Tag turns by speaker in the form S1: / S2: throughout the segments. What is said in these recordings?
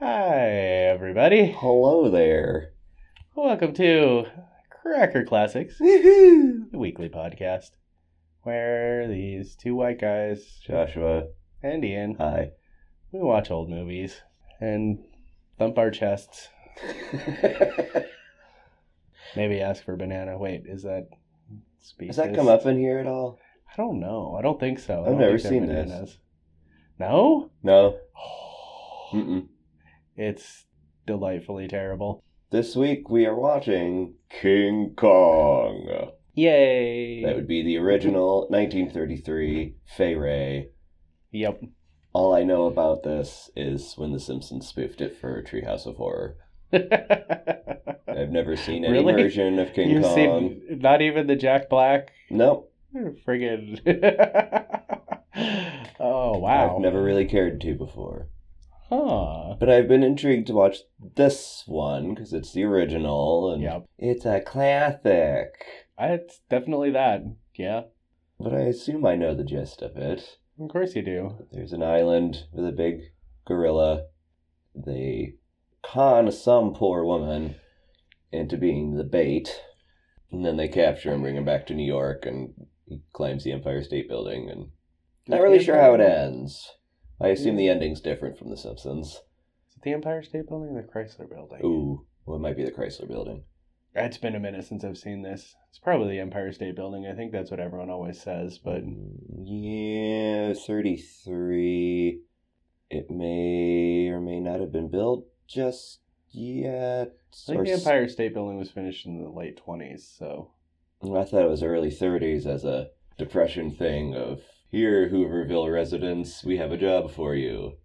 S1: Hi, everybody.
S2: Hello there.
S1: Welcome to Cracker Classics,
S2: Woohoo!
S1: the weekly podcast where these two white guys,
S2: Joshua,
S1: and Ian,
S2: hi.
S1: we watch old movies and thump our chests. Maybe ask for banana. Wait, is that species?
S2: Does that come up in here at all?
S1: I don't know. I don't think so. I
S2: I've
S1: don't
S2: never
S1: think they're
S2: seen this.
S1: No?
S2: No. Mm-mm.
S1: It's delightfully terrible.
S2: This week we are watching King Kong.
S1: Yay!
S2: That would be the original 1933 Fay Ray.
S1: Yep.
S2: All I know about this is when The Simpsons spoofed it for Treehouse of Horror. I've never seen any
S1: Really?
S2: version of King
S1: You've
S2: Kong.
S1: seen not even the Jack Black
S2: Nope.
S1: friggin' Oh wow.
S2: I've never really cared to before.
S1: Huh.
S2: But I've been intrigued to watch this one because it's the original and
S1: Yep.
S2: it's a classic.
S1: I, it's definitely that. Yeah.
S2: But I assume I know the gist of it.
S1: Of course you do.
S2: There's an island with a big gorilla. They con some poor woman into being the bait, and then they capture him, bring him back to New York, and he climbs the Empire State Building. And not really sure how it ends. I assume the ending's different from The Simpsons.
S1: Is it the Empire State Building or the Chrysler Building?
S2: Ooh, well, it might be the Chrysler Building.
S1: It's been a minute since I've seen this. It's probably the Empire State Building. I think that's what everyone always says, but
S2: Mm, yeah, thirty three. It may or may not have been built just yet.
S1: I think
S2: or
S1: the
S2: s-
S1: Empire State Building was finished in the late twenties, so
S2: I thought it was early thirties as a depression thing of here, Hooverville residents, we have a job for you.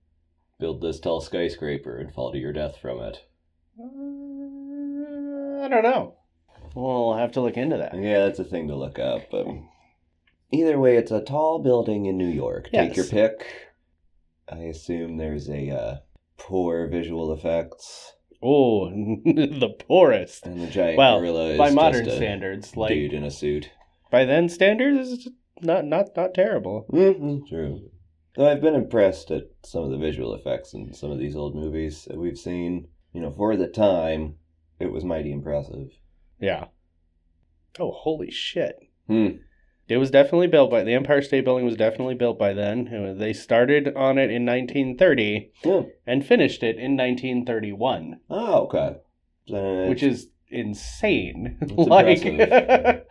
S2: Build this tall skyscraper and fall to your death from it.
S1: uh, I don't know. We'll have to look into that.
S2: Yeah, that's a thing to look up. But either way, it's a tall building in New York. Take your
S1: Yes.
S2: pick. I assume there's a uh, poor visual effects.
S1: Oh, the poorest.
S2: And the giant
S1: Well,
S2: gorilla is
S1: by modern
S2: just a
S1: standards, like
S2: dude in a suit.
S1: by then standards, it's not not not terrible.
S2: Mm-hmm. True. Though I've been impressed at some of the visual effects in some of these old movies that we've seen. You know, for the time, it was mighty impressive.
S1: Yeah. Oh, holy shit!
S2: Hmm.
S1: It was definitely built by the Empire State Building was definitely built by then. It was- They started on it in 1930
S2: Yeah.
S1: and finished it in 1931,
S2: Oh, okay. Uh,
S1: which is insane.
S2: That's
S1: like
S2: impressive.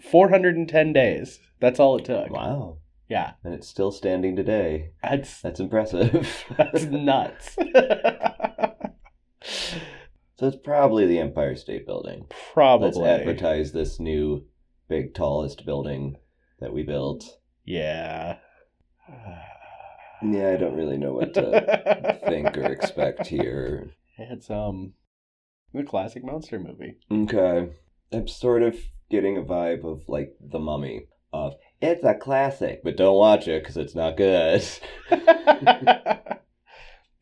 S1: 410 days. That's all it took.
S2: wow.
S1: Yeah,
S2: And it's still standing today.
S1: that's
S2: That's impressive.
S1: that's nuts.
S2: so it's probably the Empire State Building.
S1: Probably.
S2: Let's advertise this new, big, tallest building that we built.
S1: Yeah.
S2: Yeah, I don't really know what to think or expect here.
S1: It's um the classic monster movie.
S2: Okay. I'm sort of getting a vibe of like The Mummy of it's a classic, but don't watch it because it's not good.
S1: it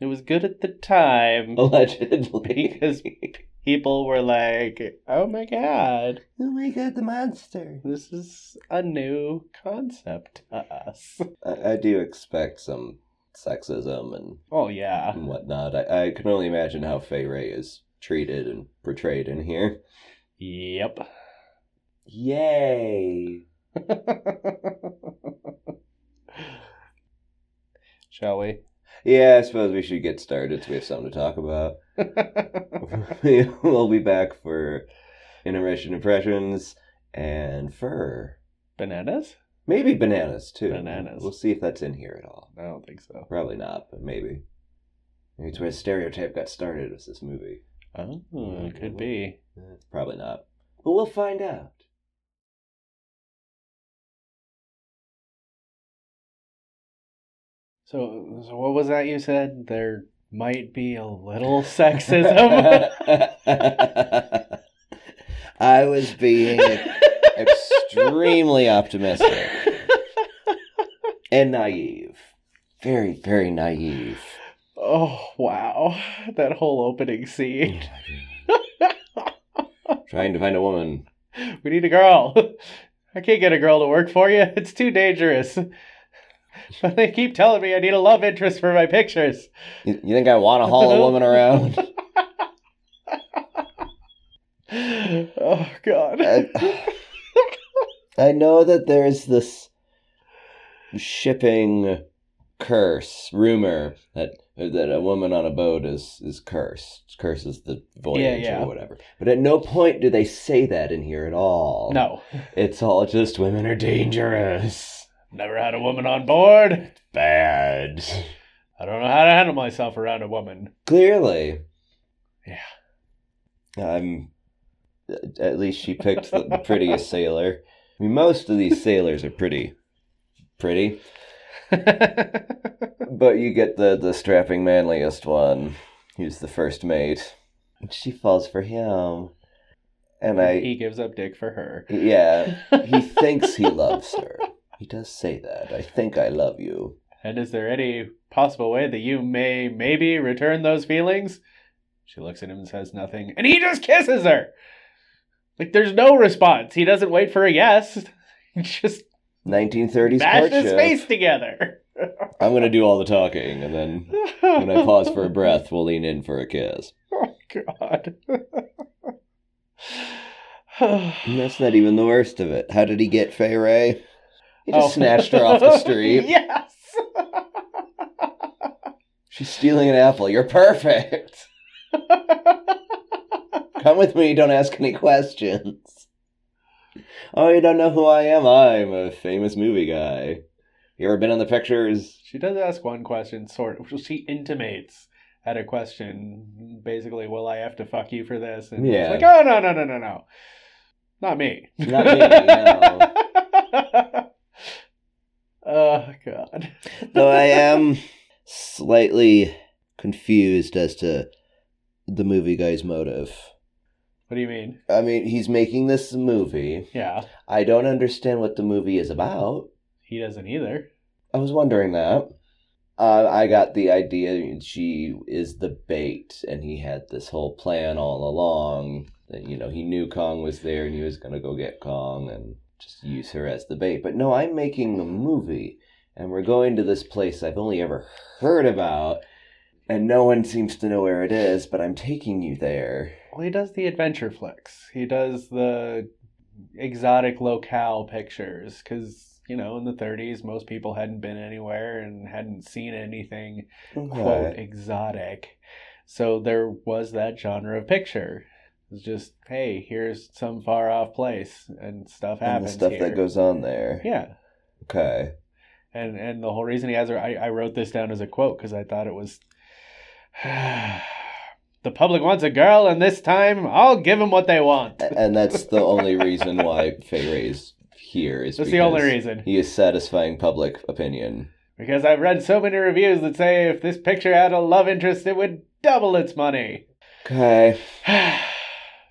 S1: was good at the time
S2: Oh. Allegedly.
S1: because people were like, "Oh my god,
S2: Oh my god, the monster.
S1: this is a new concept to us."
S2: I, I do expect some sexism and,
S1: Oh yeah.
S2: and whatnot. I, I can only imagine how Fay Ray is treated and portrayed in here.
S1: Yep.
S2: Yay.
S1: Shall we?
S2: Yeah, I suppose we should get started so we have something to talk about. we'll be back for intermission impressions and fur.
S1: Bananas?
S2: Maybe bananas too.
S1: Bananas.
S2: We'll see if that's in here at all.
S1: I don't think so.
S2: Probably not, but maybe. Maybe it's where the stereotype got started with this movie.
S1: Oh, it could be.
S2: Eh, Probably not. But we'll find out.
S1: So, so what was that you said? There might be a little sexism.
S2: I was being extremely optimistic and naive. Very, very naive.
S1: oh wow, that whole opening scene.
S2: Trying to find a woman.
S1: We need a girl. I can't get a girl to work for you. It's too dangerous. But they keep telling me I need a love interest for my pictures.
S2: You, you think I want to haul a woman around?
S1: Oh God.
S2: I, I know that there's this shipping curse rumor that that a woman on a boat is is cursed curses the voyage
S1: Yeah, yeah.
S2: or whatever but at no point do they say that in here at all
S1: no,
S2: it's all just women are dangerous
S1: never had a woman on board.
S2: bad
S1: I don't know how to handle myself around a woman.
S2: clearly
S1: Yeah.
S2: i'm at least she picked the, the prettiest sailor i mean most of these sailors are pretty pretty But you get the the strapping manliest one, who's the first mate. And she falls for him. And I
S1: he gives up dick for her.
S2: yeah, he thinks he loves her. He does say that. I think I love you.
S1: And is there any possible way that you may maybe return those feelings? She looks at him and says nothing, and he just kisses her. Like there's no response. He doesn't wait for a yes. He just
S2: 1930s
S1: bashes his
S2: courtship.
S1: face together.
S2: I'm going to do all the talking and then when I pause for a breath, we'll lean in for a kiss.
S1: Oh God.
S2: And that's not even the worst of it. How did he get Fay Ray? He just
S1: Oh.
S2: snatched her off the street.
S1: yes.
S2: She's stealing an apple. You're perfect. Come with me. Don't ask any questions. Oh, you don't know who I am? I'm a famous movie guy. You ever been in the pictures?
S1: She does ask one question, sort of. She intimates at a question, basically, "Will I have to fuck you for this?" And
S2: Yeah.
S1: it's like, "Oh no, no, no, no, no, not me."
S2: Not me. No.
S1: oh God.
S2: Though I uh, am slightly confused as to the movie guy's motive.
S1: What do you mean?
S2: I mean, he's making this movie.
S1: Yeah,
S2: I don't understand what the movie is about.
S1: he doesn't either.
S2: I was wondering that. Uh, I got the idea she is the bait, and he had this whole plan all along. That you know he knew Kong was there, and he was gonna go get Kong and just use her as the bait. But no, I'm making a movie, and we're going to this place I've only ever heard about, and no one seems to know where it is. But I'm taking you there.
S1: Well, he does the adventure flicks. He does the exotic locale pictures because you know in the 30s most people hadn't been anywhere and hadn't seen anything quote
S2: Okay.
S1: exotic. So there was that genre of picture. It's just hey, here's some far off place and stuff
S2: And
S1: happens.
S2: the stuff
S1: here.
S2: that goes on there.
S1: Yeah,
S2: Okay.
S1: and and the whole reason he has her, I, I wrote this down as a quote because I thought it was. The public wants a girl, and this time I'll give them what they want.
S2: A- and that's the only reason why Fay Ray's here is
S1: That's the only
S2: because
S1: reason.
S2: He is satisfying public opinion.
S1: Because I've read so many reviews that say if this picture had a love interest, it would double its money.
S2: Okay,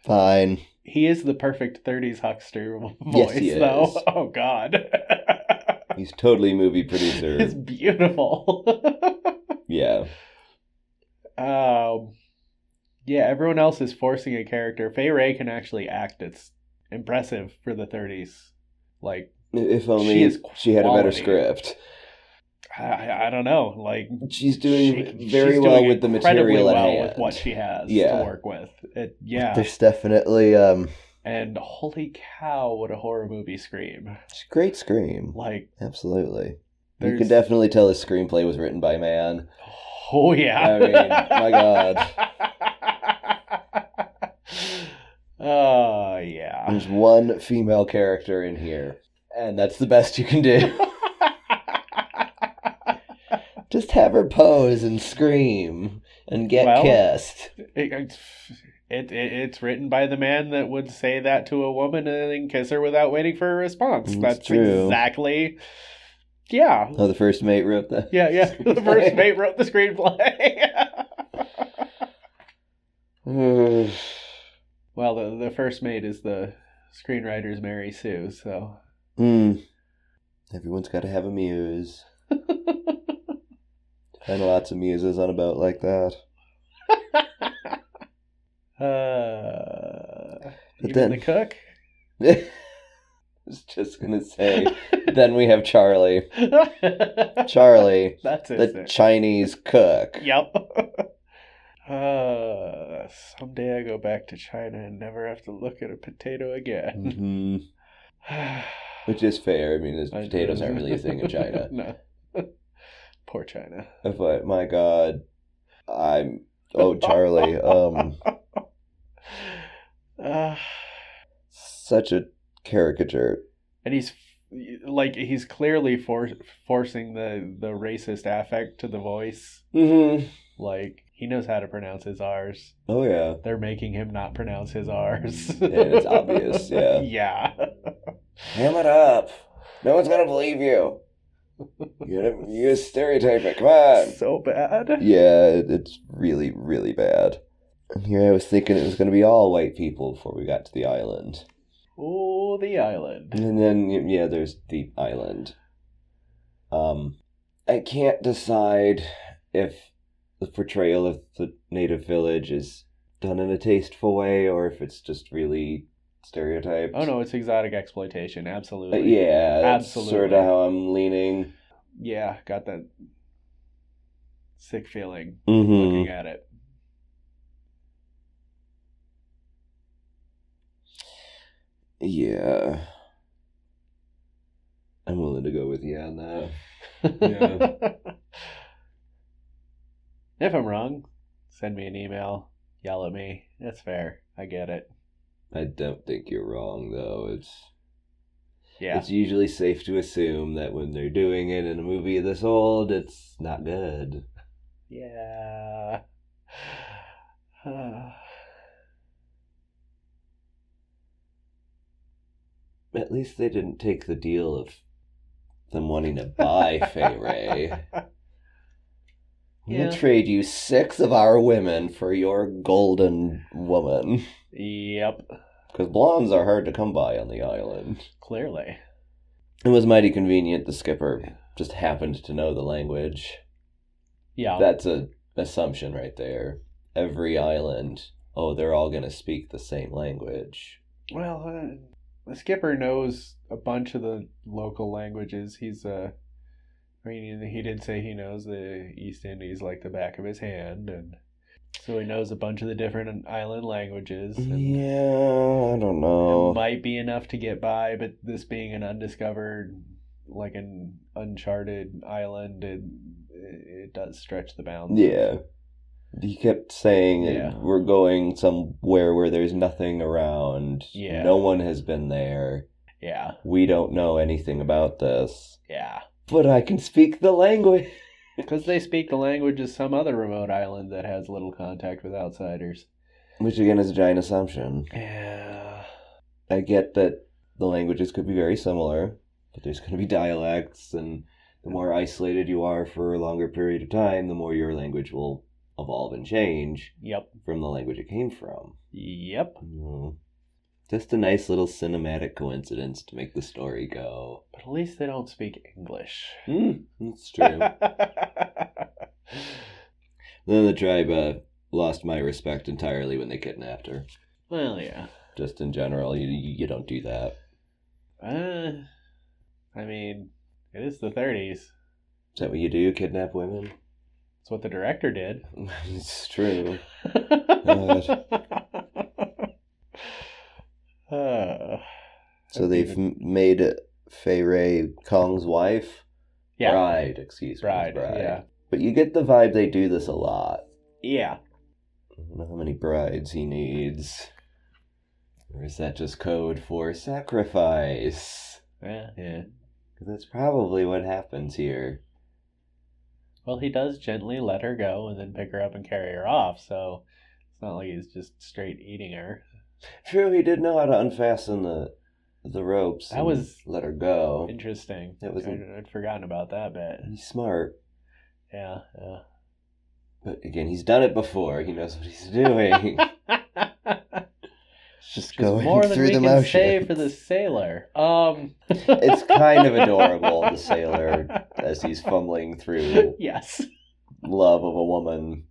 S2: fine.
S1: He is the perfect 30s huckster voice,
S2: Yes, he
S1: though.
S2: is.
S1: Oh, God.
S2: He's totally movie producer.
S1: it's beautiful.
S2: yeah.
S1: um, yeah, everyone else is forcing a character. Fay Ray can actually act. It's impressive for the 30s. Like,
S2: If only
S1: She
S2: she,
S1: is
S2: had a better
S1: quality.
S2: script.
S1: I- I, I don't know. Like,
S2: She's doing
S1: she-
S2: very
S1: she's
S2: well
S1: doing
S2: with the
S1: incredibly
S2: material at
S1: well
S2: hand.
S1: with what she has
S2: Yeah.
S1: to work with. It, yeah.
S2: There's definitely um,
S1: And holy cow, what a horror movie scream.
S2: it's a great scream.
S1: Like,
S2: Absolutely. You
S1: There's-
S2: could definitely tell the screenplay was written by a man.
S1: oh yeah.
S2: I mean, my
S1: Oh, yeah.
S2: There's one female character in here, and that's the best you can do. Just have her pose and scream and get
S1: Well,
S2: kissed.
S1: It, it, it, it's written by the man that would say that to a woman and then kiss her without waiting for a response.
S2: Mm, It's
S1: That's
S2: true.
S1: exactly. Yeah.
S2: Oh, the first mate wrote that.
S1: Yeah, yeah. The first mate wrote the screenplay.
S2: Ugh.
S1: well, the, the first mate is the screenwriter's Mary Sue, so.
S2: Mm. Everyone's got to have a muse. Find lots of muses on a boat like that.
S1: Uh,
S2: But
S1: even
S2: then-
S1: the cook?
S2: was just going to say. then we have Charlie.
S1: That's
S2: Charlie,
S1: his
S2: the
S1: name.
S2: Chinese cook.
S1: Yep. uh, someday I go back to China and never have to look at a potato again.
S2: hmm Which is fair. I mean, those
S1: I-
S2: Mm. potatoes aren't really a thing in China.
S1: no. Poor China.
S2: But my God, I'm. Oh, Charlie. Um,
S1: Uh,
S2: such a caricature.
S1: and he's like he's clearly for- forcing the the racist affect to the voice.
S2: Mm-hmm.
S1: Like he knows how to pronounce his R's.
S2: Oh yeah.
S1: They're making him not pronounce his R's.
S2: Mm, And it's obvious, yeah.
S1: Yeah.
S2: Ham it up. No one's gonna believe you. You gotta, you gotta stereotype it. Come on.
S1: so bad.
S2: Um, Yeah, it- it's really, really bad. And here I was thinking it was gonna be all white people before we got to the island,
S1: Oh, the island.
S2: and then y- yeah, there's the island. Um, I can't decide if the portrayal of the native village is done in a tasteful way or if it's just really stereotyped.
S1: Oh no, it's exotic exploitation.
S2: Uh,
S1: Absolutely.
S2: yeah, that's
S1: Absolutely.
S2: sort of how I'm leaning.
S1: Yeah, Got that sick feeling
S2: Mm-hmm.
S1: looking at it.
S2: Yeah. I'm willing to go with you on that.
S1: Yeah. if I'm wrong, send me an email. Yell at me. It's fair. I get it.
S2: I don't think you're wrong though. It's
S1: Yeah.
S2: it's usually safe to assume that when they're doing it in a movie this old, it's not good.
S1: yeah.
S2: At least they didn't take the deal of them wanting to buy Fay Ray.
S1: Yeah.
S2: We'll trade you six of our women for your golden woman.
S1: yep.
S2: Because blondes are hard to come by on the island.
S1: Clearly.
S2: It was mighty convenient the skipper just happened to know the language.
S1: Yeah.
S2: That's a assumption right there. Every island, oh, they're all going to speak the same language.
S1: Well, uh, the skipper knows a bunch of the local languages. He's uh, I mean, he did say he knows the East Indies like the back of his hand, and so he knows a bunch of the different island languages. And
S2: Yeah, I don't
S1: It
S2: know.
S1: might be enough to get by, but this being an undiscovered, like an uncharted island, it, it does stretch the bounds.
S2: Yeah. He kept saying
S1: Yeah.
S2: we're going somewhere where there's nothing around.
S1: Yeah.
S2: No one has been there.
S1: yeah,
S2: We don't know anything about this.
S1: yeah.
S2: But I can speak the language.
S1: Because they speak the language of some other remote island that has little contact with outsiders.
S2: Which again is a giant assumption.
S1: Yeah.
S2: I get that the languages could be very similar, but there's going to be dialects, and the more isolated you are for a longer period of time, the more your language will evolve and change
S1: Yep.
S2: from the language it came from.
S1: Yep.
S2: Mm. Just a nice little cinematic coincidence to make the story go.
S1: But at least they don't speak English.
S2: Mm, that's true. then the tribe uh, lost my respect entirely when they kidnapped her.
S1: well, yeah.
S2: Just in general, you, you don't do that.
S1: Uh, I mean, it is the 30s. That's
S2: Is that what you do? Kidnap women?
S1: what the director did.
S2: it's true.
S1: uh,
S2: So they've m- made Fei Ray Kong's wife
S1: yeah.
S2: bride, excuse
S1: Bride,
S2: me, bride.
S1: yeah.
S2: But you get the vibe they do this a lot.
S1: Yeah.
S2: I don't know how many brides he needs, or is that just code for sacrifice?
S1: Yeah. Yeah.
S2: 'Cause that's probably what happens here.
S1: Well, he does gently let her go and then pick her up and carry her off, so it's not like he's just straight eating her.
S2: True, he did know how to unfasten the the ropes.
S1: That
S2: and
S1: was-
S2: let her go.
S1: Interesting.
S2: That was-
S1: I'd, I'd forgotten about that bit.
S2: He's smart,
S1: Yeah. Yeah.
S2: but again, he's done it before. He knows what he's doing. It's just,
S1: Just
S2: going
S1: more than
S2: through
S1: we
S2: the
S1: can
S2: motion.
S1: say for the sailor. Um,
S2: It's kind of adorable, the sailor, as he's fumbling through
S1: yes,
S2: love of a woman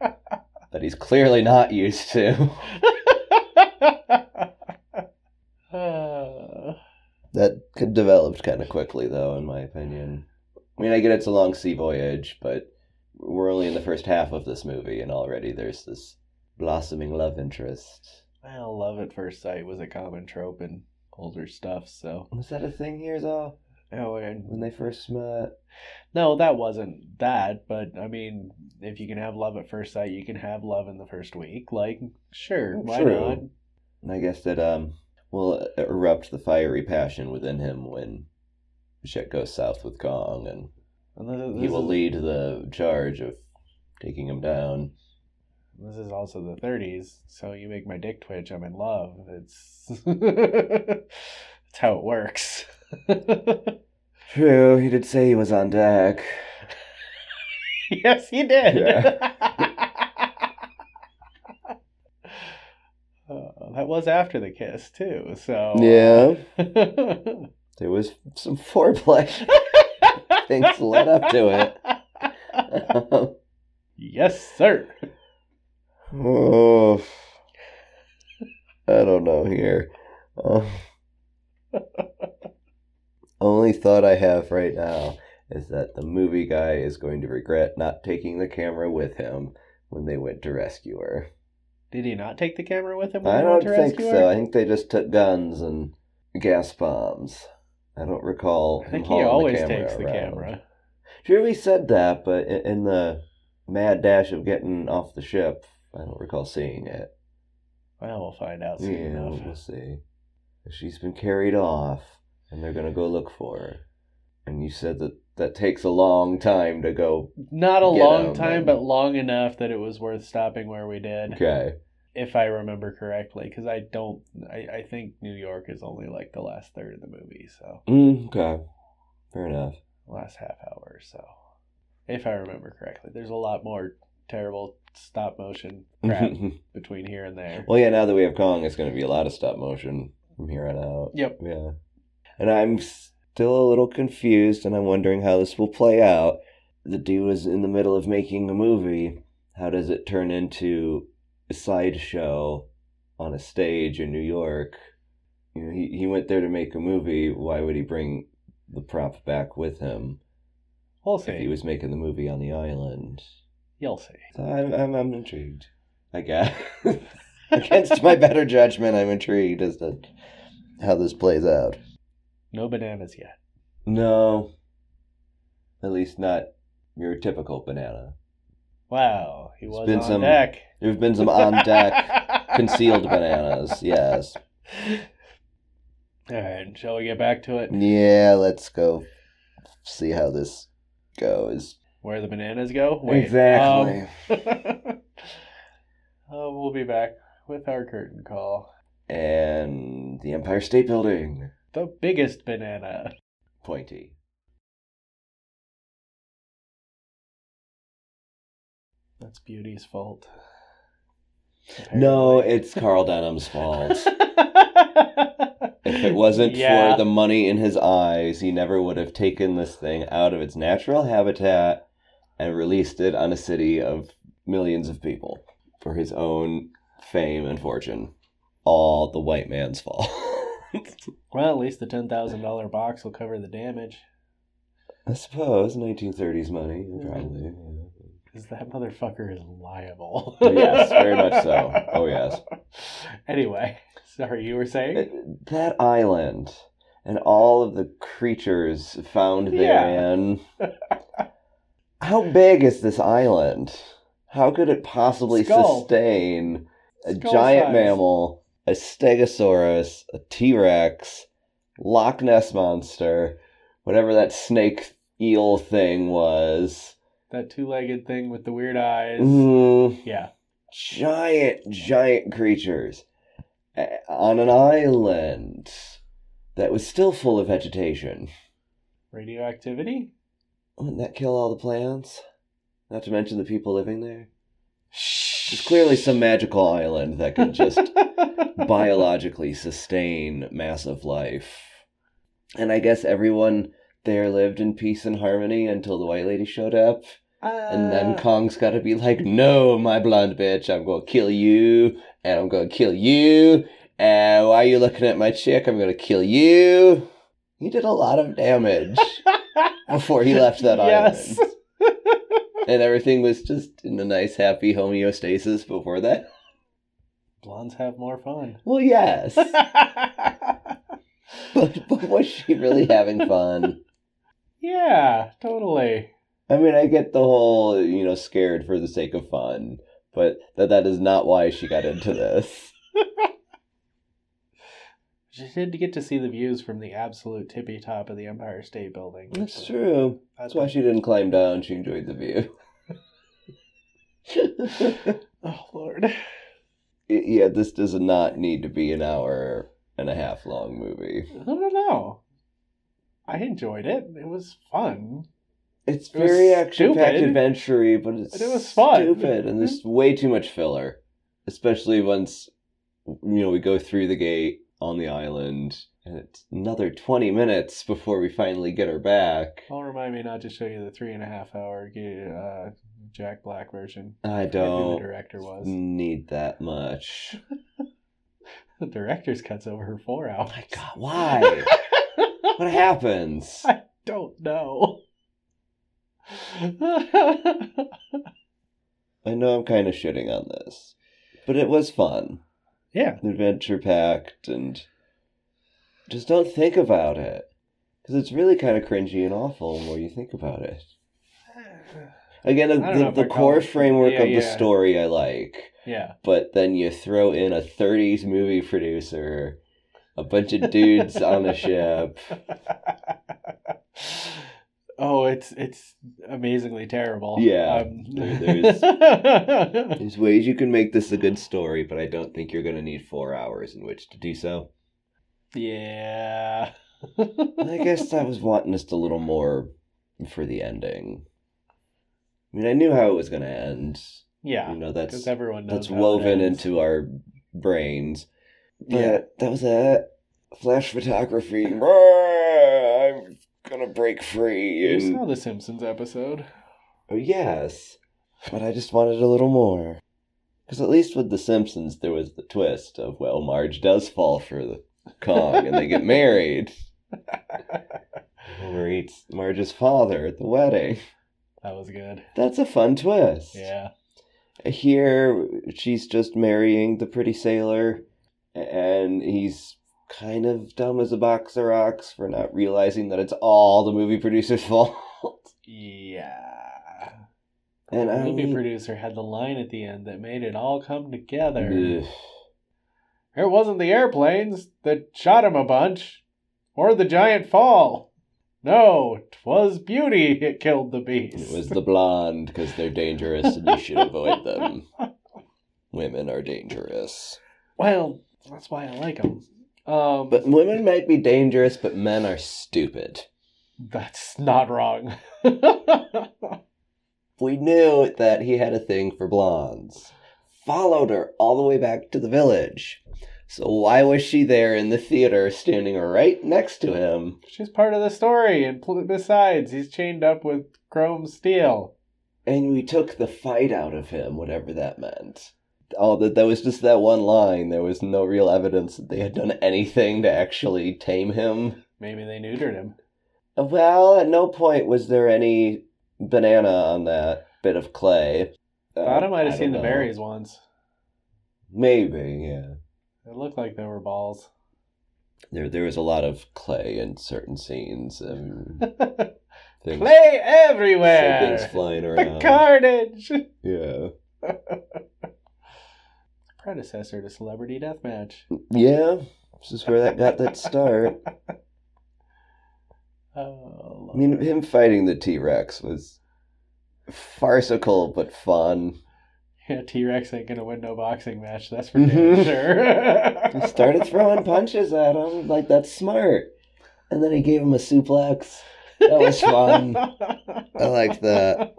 S2: that he's clearly not used to.
S1: Uh,
S2: I c- developed kind of quickly, though, in my opinion. I mean, I get it's a long sea voyage, but we're only in the first half of this movie, and already there's this blossoming love interest.
S1: Well, love at first sight was a common trope in older stuff, so.
S2: Was that a thing here, though?
S1: Oh, and
S2: When they first met?
S1: no, that wasn't that, but I mean, if you can have love at first sight, you can have love in the first week. Like, sure, why
S2: True.
S1: not?
S2: And I guess that um will erupt the fiery passion within him when shit goes south with Kong, and
S1: And this,
S2: he
S1: this
S2: will
S1: is-
S2: lead the charge of taking him down.
S1: This is also the 30s, so you make my dick twitch. I'm in love. It's that's how it works.
S2: True, he did say he was on deck.
S1: yes, he did. Uh, that was after the kiss too. So
S2: Oh. Yeah.
S1: things
S2: There was some foreplay. Things led up to
S1: it.
S2: it.
S1: yes, sir.
S2: oh, I don't know here. Um, only thought I have right now is that the movie guy is going to regret not taking the camera with him when they went to rescue her.
S1: Did he not take the camera with him? When
S2: I
S1: he went
S2: don't
S1: to
S2: think
S1: rescue
S2: so.
S1: her?
S2: I think they just took guns and gas bombs. I don't recall.
S1: I
S2: him
S1: think he
S2: hauling the
S1: always
S2: camera
S1: takes the
S2: around.
S1: camera.
S2: Sure, we said that, but i- in the mad dash of getting off the ship, I don't recall seeing it.
S1: Well, we'll find out soon
S2: yeah,
S1: enough.
S2: we'll see. She's been carried off, and they're gonna go look for her. And you said that that takes a long time to go.
S1: Not a
S2: Get
S1: long
S2: out,
S1: time,
S2: man.
S1: but long enough that it was worth stopping where we did,
S2: Okay,
S1: if I remember correctly. Because I don't, I, I think New York is only like the last third of the movie, so
S2: Mm, okay, fair enough.
S1: last half hour or so, if I remember correctly. There's a lot more terrible stop motion crap between here and there.
S2: Well, yeah, now that we have Kong, it's going to be a lot of stop motion from here on out.
S1: Yep.
S2: Yeah. And I'm still a little confused, and I'm wondering how this will play out. The dude is in the middle of making a movie. How does it turn into a sideshow on a stage in New York? You know, he, he went there to make a movie. Why would he bring the prop back with him
S1: We'll
S2: if he
S1: see.
S2: was making the movie on the island?
S1: You'll see.
S2: So I'm, I'm, I'm intrigued. I guess. Against my better judgment, I'm intrigued as to how this plays out.
S1: No bananas yet.
S2: No. At least not your typical banana.
S1: Wow, he
S2: It's
S1: was
S2: been
S1: on
S2: some
S1: deck.
S2: There have been some on deck concealed bananas, yes.
S1: All right, shall we get back to it?
S2: Yeah, let's go see how this goes.
S1: Where the bananas go? um, uh, we'll be back with our curtain call.
S2: and the Empire State Building.
S1: The biggest banana.
S2: Pointy.
S1: That's Beauty's fault.
S2: No, it's Carl Dunham's fault. If it wasn't
S1: Yeah.
S2: for the money in his eyes, he never would have taken this thing out of its natural habitat and released it on a city of millions of people for his own fame and fortune. All the white man's fault.
S1: Well, at least the ten thousand dollar box will cover the damage.
S2: I suppose 1930s money, probably.
S1: Because that motherfucker is liable.
S2: Oh, Yes, very much so. Oh, yes.
S1: Anyway, sorry, you were saying?
S2: That island and all of the creatures found
S1: Yeah.
S2: therein. How big is this island? How could it possibly
S1: Skull.
S2: sustain a
S1: Skull
S2: giant
S1: size.
S2: mammal, a stegosaurus, a T Rex, Loch Ness monster, whatever that snake eel thing was?
S1: That two legged thing with the weird eyes.
S2: Mm,
S1: Yeah.
S2: giant, giant creatures eh, on an island that was still full of vegetation.
S1: Radioactivity?
S2: Wouldn't that kill all the plants? Not to mention the people living there. There's clearly some magical island that could just biologically sustain massive life. And I guess everyone there lived in peace and harmony until the white lady showed up. And
S1: Uh,
S2: then Kong's gotta be like, no, my blonde bitch, I'm gonna kill you, and I'm gonna kill you, and why are you looking at my chick? I'm gonna kill you. He did a lot of damage before he left that
S1: Yes.
S2: island. And everything was just in a nice, happy homeostasis before that.
S1: Blondes have more fun.
S2: Well, yes. but, but was she really having fun?
S1: yeah, totally.
S2: I mean, I get the whole, you know, scared for the sake of fun, but that that is not why she got into this.
S1: She did get to see the views from the absolute tippy top of the Empire State Building.
S2: That's true. That's why she didn't climb down. She enjoyed the view. Y-
S1: Oh Lord.
S2: yeah, this does not need to be an hour and a half long movie.
S1: I don't know. I enjoyed it. It was fun.
S2: It's
S1: It was
S2: very action packed
S1: stupid.
S2: adventure but it's
S1: But it was fun. Mm-hmm.
S2: stupid, and there's way too much filler, especially once you know we go through the gate on the island, and it's another twenty minutes before we finally get her back.
S1: Don't remind me not to show you the three and a half hour uh, Jack Black version.
S2: I
S1: forget who the
S2: don't
S1: director was.
S2: need that much.
S1: The director's cuts over her four
S2: Oh
S1: hours.
S2: my god, why? what happens?
S1: I- Don't know.
S2: I know I'm kind of shitting on this, but it was fun.
S1: yeah.
S2: adventure packed and just don't think about it because it's really kind of cringy and awful the more you think about it again the,
S1: I don't know
S2: the,
S1: if
S2: the
S1: I call
S2: core
S1: it-
S2: framework
S1: yeah,
S2: of the
S1: yeah.
S2: story i like
S1: Yeah.
S2: but then you throw in a 30s movie producer a bunch of dudes on a ship
S1: Oh, it's it's amazingly terrible.
S2: Yeah.
S1: Um,
S2: There- there's- there's ways you can make this a good story but i don't think you're going to need four hours in which to do so
S1: yeah.
S2: i guess i was wanting just a little more for the ending i mean i knew how it was going to end
S1: Yeah.
S2: you know that's
S1: Because everyone knows
S2: that's
S1: how it
S2: woven
S1: ends.
S2: into our brains. But
S1: Yeah.
S2: that was it. Flash photography. Brrr, I'm gonna break free.
S1: You
S2: And,
S1: saw the Simpsons episode.
S2: Oh, yes, but I just wanted a little more. Because at least with The Simpsons, there was the twist of well, Marge does fall for the Kong, and they get married. Homer eats Marge's father at the wedding.
S1: That was good.
S2: That's a fun twist.
S1: Yeah.
S2: Here, she's just marrying the pretty sailor, and he's kind of dumb as a box of rocks for not realizing that it's all the movie producer's fault.
S1: Yeah.
S2: And
S1: The
S2: I
S1: movie
S2: mean,
S1: producer had the line at the end that made it all come together.
S2: ugh.
S1: It wasn't the airplanes that shot him a bunch, or the giant fall. No, 'twas beauty that killed the beast.
S2: it was the blonde because they're dangerous and you should avoid them. Women are dangerous,
S1: Well, that's why I like him. Um,
S2: but women might be dangerous, but men are stupid.
S1: that's not wrong.
S2: We knew that he had a thing for blondes. Followed her all the way back to the village. So why was she there in the theater standing right next to him?
S1: She's part of the story, and pl- besides, he's chained up with chrome steel.
S2: And we took the fight out of him, whatever that meant. Oh, that that was just that one line. There was no real evidence that they had done anything to actually tame him.
S1: Maybe they neutered him.
S2: Well, at no point was there any banana on that bit of clay. Uh,
S1: Thought I might have
S2: don't
S1: seen the
S2: know.
S1: berries once.
S2: Maybe, yeah.
S1: It looked like they were balls.
S2: there there was a lot of clay in certain scenes. Um, things,
S1: Play
S2: things
S1: everywhere!
S2: flying
S1: The
S2: around.
S1: carnage!
S2: Yeah,
S1: Predecessor to Celebrity Deathmatch.
S2: yeah. This is where that got that start.
S1: Oh,
S2: I mean,
S1: Lord.
S2: him fighting the T Rex was farcical but fun.
S1: Yeah, T Rex ain't gonna win no boxing match. That's for
S2: Mhm.
S1: damn
S2: He
S1: sure.
S2: started throwing punches at him like that's smart, and then he gave him a suplex. That was fun. I liked that,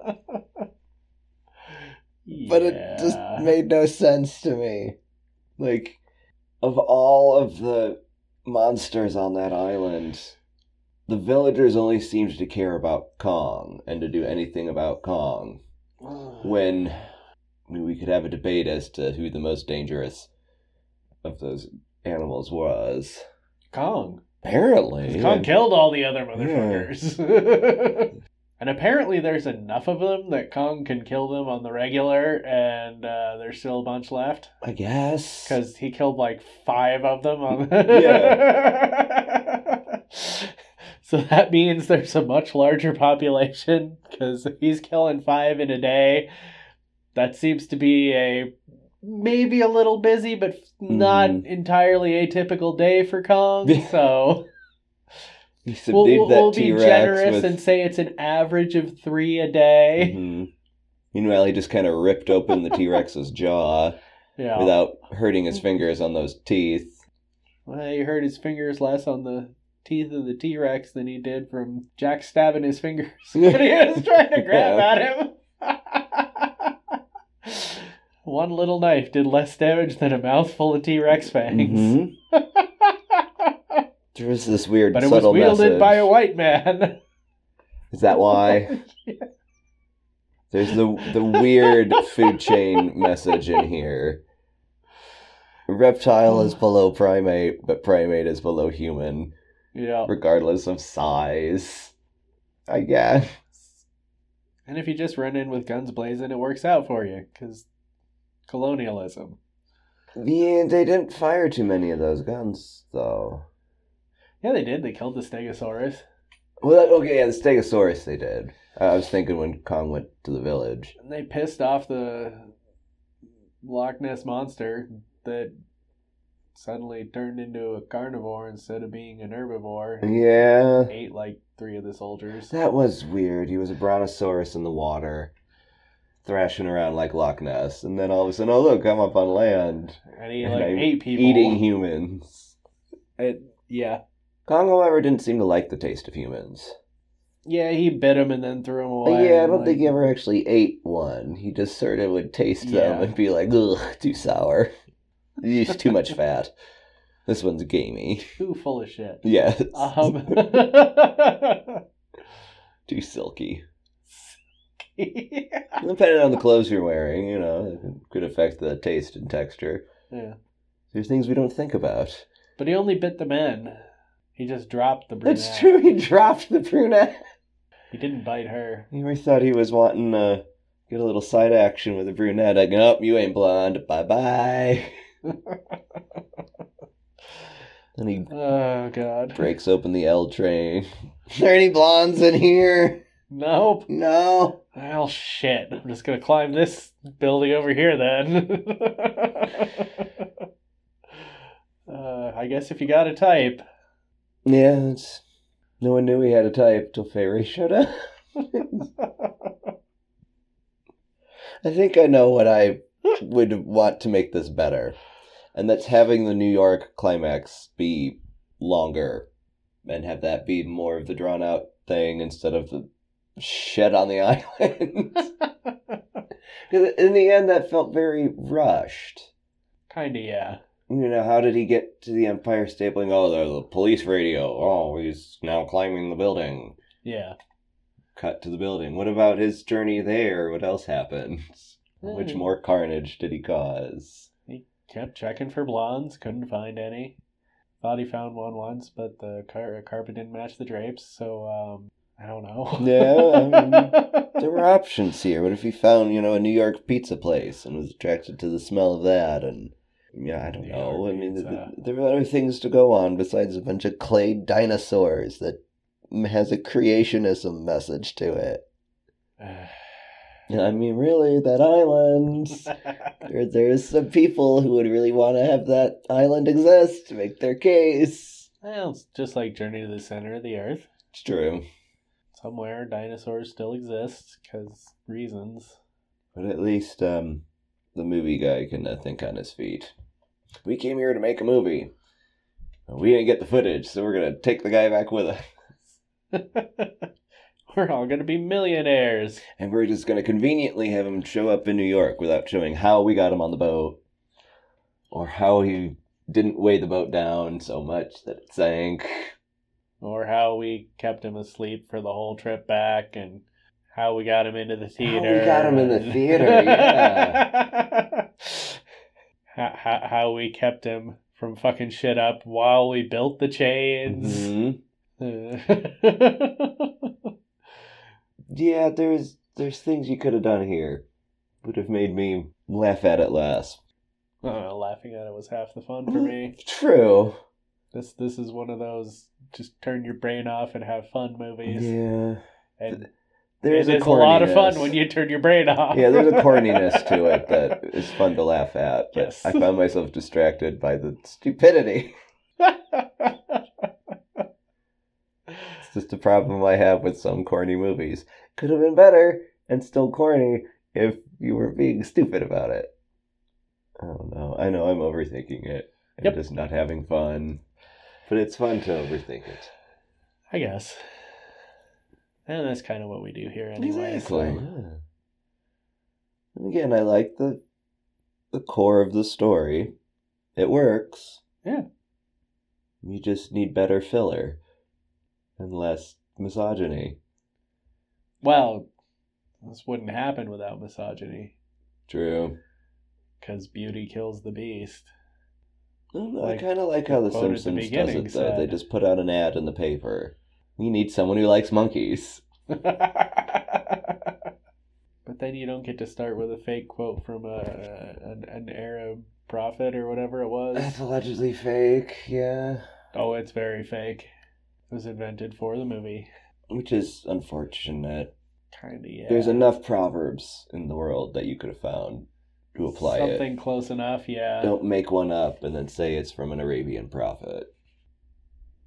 S2: but it just
S1: Yeah.
S2: made no sense to me. Like, of all of the monsters on that island, the villagers only seemed to care about Kong and to do anything about Kong. When I mean, we could have a debate as to who the most dangerous of those animals was.
S1: Kong.
S2: Apparently.
S1: Kong
S2: and-
S1: killed all the other motherfuckers. and apparently there's enough of them that Kong can kill them on the regular, and uh, there's still a bunch left.
S2: I guess.
S1: Because he killed like five of them on So that means there's a much larger population because he's killing five in a day. That seems to be a maybe a little busy, but not
S2: Mhm.
S1: entirely atypical day for Kong. So
S2: He subdued
S1: we'll, we'll,
S2: that
S1: we'll be
S2: T-Rex
S1: generous
S2: with...
S1: and say it's an average of three a day.
S2: Mhm. Meanwhile, he just kind of ripped open the T Rex's jaw
S1: Yeah.
S2: without hurting his fingers on those teeth.
S1: well, he hurt his fingers less on the teeth of the T Rex than he did from Jack stabbing his fingers when he was trying to grab at him. One little knife did less damage than a mouthful of T Rex fangs.
S2: Mhm. there was this weird
S1: But it was
S2: subtle
S1: wielded
S2: message.
S1: by a white man.
S2: Is that why? There's the the weird food chain message in here. Reptile is below primate, but primate is below human,
S1: yeah.
S2: regardless of size. I guess.
S1: And if you just run in with guns blazing, it works out for you because colonialism.
S2: Yeah, they didn't fire too many of those guns, though.
S1: Yeah, they did. They killed the Stegosaurus.
S2: Well, that- okay, yeah, the Stegosaurus they did. I I was thinking when Kong went to the village.
S1: And they pissed off the Loch Ness monster that suddenly turned into a carnivore instead of being an herbivore. and
S2: Yeah,
S1: Ate like three of the soldiers.
S2: that was weird. He was a brontosaurus in the water, thrashing around like Loch Ness, and then all of a sudden, oh look, I'm up on land,
S1: And he
S2: And
S1: like
S2: I'm
S1: ate people.
S2: eating humans.
S1: It, yeah.
S2: Kong, however, didn't seem to like the taste of humans.
S1: Yeah, he bit him and then threw him
S2: But
S1: away.
S2: yeah, I don't
S1: like-
S2: think he ever actually ate one. He just sort of would taste them
S1: Yeah.
S2: and be like, ugh, too sour. Yeesh, too much fat. This one's gamey.
S1: Ooh, full of shit.
S2: Yes.
S1: Um,
S2: too silky. Depending on the clothes you're wearing, you know, it could affect the taste and texture.
S1: yeah.
S2: There's things we don't think about.
S1: But he only bit the men. He just dropped the brunette.
S2: That's true, he dropped the brunette.
S1: He didn't bite her.
S2: You always thought he was wanting to uh, get a little side action with a brunette. Like, nope, you ain't blonde. Bye bye. Then he
S1: Oh god.
S2: breaks open the L train. Are there any blondes in here?
S1: Nope.
S2: No.
S1: Well, shit. I'm just gonna climb this building over here then. uh, I guess if you got a type,
S2: Yeah, it's, no one knew he had a type till Fairy showed up. I think I know what I would want to make this better, and that's having the New York climax be longer, and have that be more of the drawn out thing instead of the shit on the island. 'Cause in the end, that felt very rushed.
S1: kinda yeah.
S2: You know, how did he get to the Empire State Building? Oh, the, the police radio. Oh, he's now climbing the building.
S1: Yeah.
S2: Cut to the building. What about his journey there? What else happened? Which
S1: Hmm.
S2: more carnage did he cause?
S1: Kept checking for blondes, couldn't find any. Thought he found one once, but the car- uh, carpet didn't match the drapes, so um, I don't know.
S2: Yeah, There were options here. What if he found, you know, a New York pizza place and was attracted to the smell of that? And yeah, I don't
S1: New
S2: know. I
S1: York
S2: mean, th-
S1: pizza.
S2: th- there were other things to go on besides a bunch of clay dinosaurs that has a creationism message to it. I mean, really, that island. There, there's some people who would really want to have that island exist to make their case.
S1: well, it's just like Journey to the Center of the Earth.
S2: It's true.
S1: Somewhere dinosaurs still exist, because reasons.
S2: But at least um, the movie guy can uh, think on his feet. We came here to make a movie. We didn't get the footage, so we're going to take the guy back with us.
S1: We're all gonna be millionaires.
S2: And we're just going to conveniently have him show up in New York without showing how we got him on the boat or how he didn't weigh the boat down so much that it sank.
S1: Or how we kept him asleep for the whole trip back and how we got him into the
S2: we
S1: theater.
S2: got him in the
S1: and-
S2: theater, yeah.
S1: how, how, how we kept him from fucking shit up while we built the chains.
S2: Mhm. Yeah, there's there's things you could have done here. Would have made me laugh at it less.
S1: I don't know, Oh, laughing at it was half the fun for me.
S2: True. Mm-hmm.
S1: This this is one of those just turn your brain off and have fun movies.
S2: Yeah.
S1: And
S2: There is
S1: it
S2: a,
S1: is a lot of fun
S2: corniness.
S1: when you turn your brain off.
S2: Yeah, there's a corniness to it that is fun to laugh at. But
S1: Yes.
S2: I found myself distracted by the stupidity. It's just a problem I have with some corny movies. Could have been better and still corny if you were being stupid about it. I don't know. I know I'm overthinking it and
S1: Yep.
S2: just not having fun. But it's fun to overthink it.
S1: I guess. And that's kind of what we do here anyway. so-
S2: Yeah. And again, I like the the core of the story. It works.
S1: Yeah.
S2: You just need better filler and less misogyny.
S1: Well, this wouldn't happen without misogyny
S2: True.
S1: because beauty kills the beast.
S2: I, don't know,
S1: Like
S2: I kind of like how The
S1: quote at the
S2: Simpsons does
S1: beginning
S2: it, though. They
S1: said.
S2: just put out an ad in the paper. You need someone who likes monkeys.
S1: but then you don't get to start with a fake quote from a, an, an Arab prophet or whatever it was.
S2: allegedly fake, yeah.
S1: Oh, it's very fake. It was invented for the movie.
S2: Which is unfortunate.
S1: Kinda, yeah.
S2: There's enough proverbs in the world that you could have found to apply it.
S1: Something close enough, yeah.
S2: Don't make one up and then say it's from an Arabian prophet.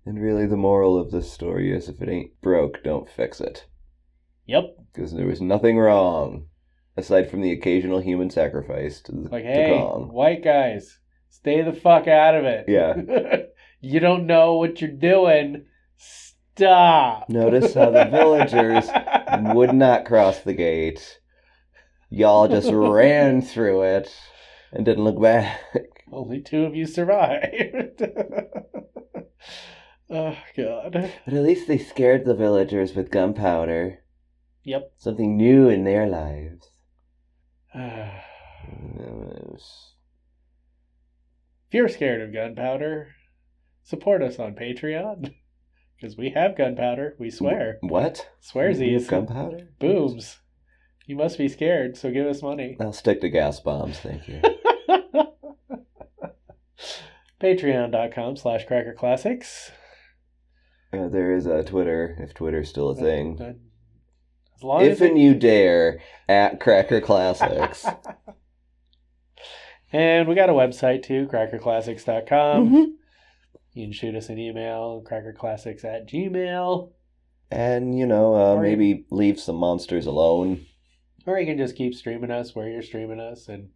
S2: And really, the moral of this story is if it ain't broke, don't fix it.
S1: Yep.
S2: Because there was nothing wrong, aside from the occasional human sacrifice to the
S1: Like,
S2: to
S1: hey,
S2: Kong.
S1: white guys, stay the fuck out of it.
S2: Yeah.
S1: you don't know what you're doing. Stop.
S2: Notice how the villagers would not cross the gate. Y'all just ran through it and didn't look back.
S1: Only two of you survived. oh, God.
S2: But at least they scared the villagers with gunpowder.
S1: Yep.
S2: Something new in their lives.
S1: if
S2: It was-
S1: you're scared of gunpowder, support us on Patreon. Because we have gunpowder, we swear.
S2: What?
S1: Swearsies.
S2: Gunpowder?
S1: Booms. You must be scared, so give us money.
S2: I'll stick to gas bombs, thank you.
S1: Patreon.com slash Cracker Classics.
S2: uh, there is a Twitter, if Twitter's still
S1: Uh,
S2: a thing.
S1: As long
S2: If
S1: as it-
S2: and you dare, at Cracker Classics.
S1: and we got a website too, crackerclassics.com.
S2: Mhm.
S1: You can shoot us an email, crackerclassics at gmail.
S2: And, you know, uh,
S1: Or you-
S2: maybe leave some monsters alone.
S1: Or you can just keep streaming us where you're streaming us and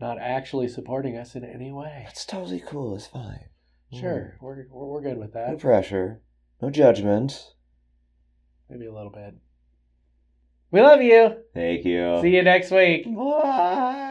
S1: not actually supporting us in any way.
S2: That's totally cool, it's fine.
S1: Sure, we're, we're, we're good with
S2: No
S1: that.
S2: pressure, no judgment.
S1: Maybe a little bit. We love you.
S2: Thank you.
S1: See you next week.
S2: Bye.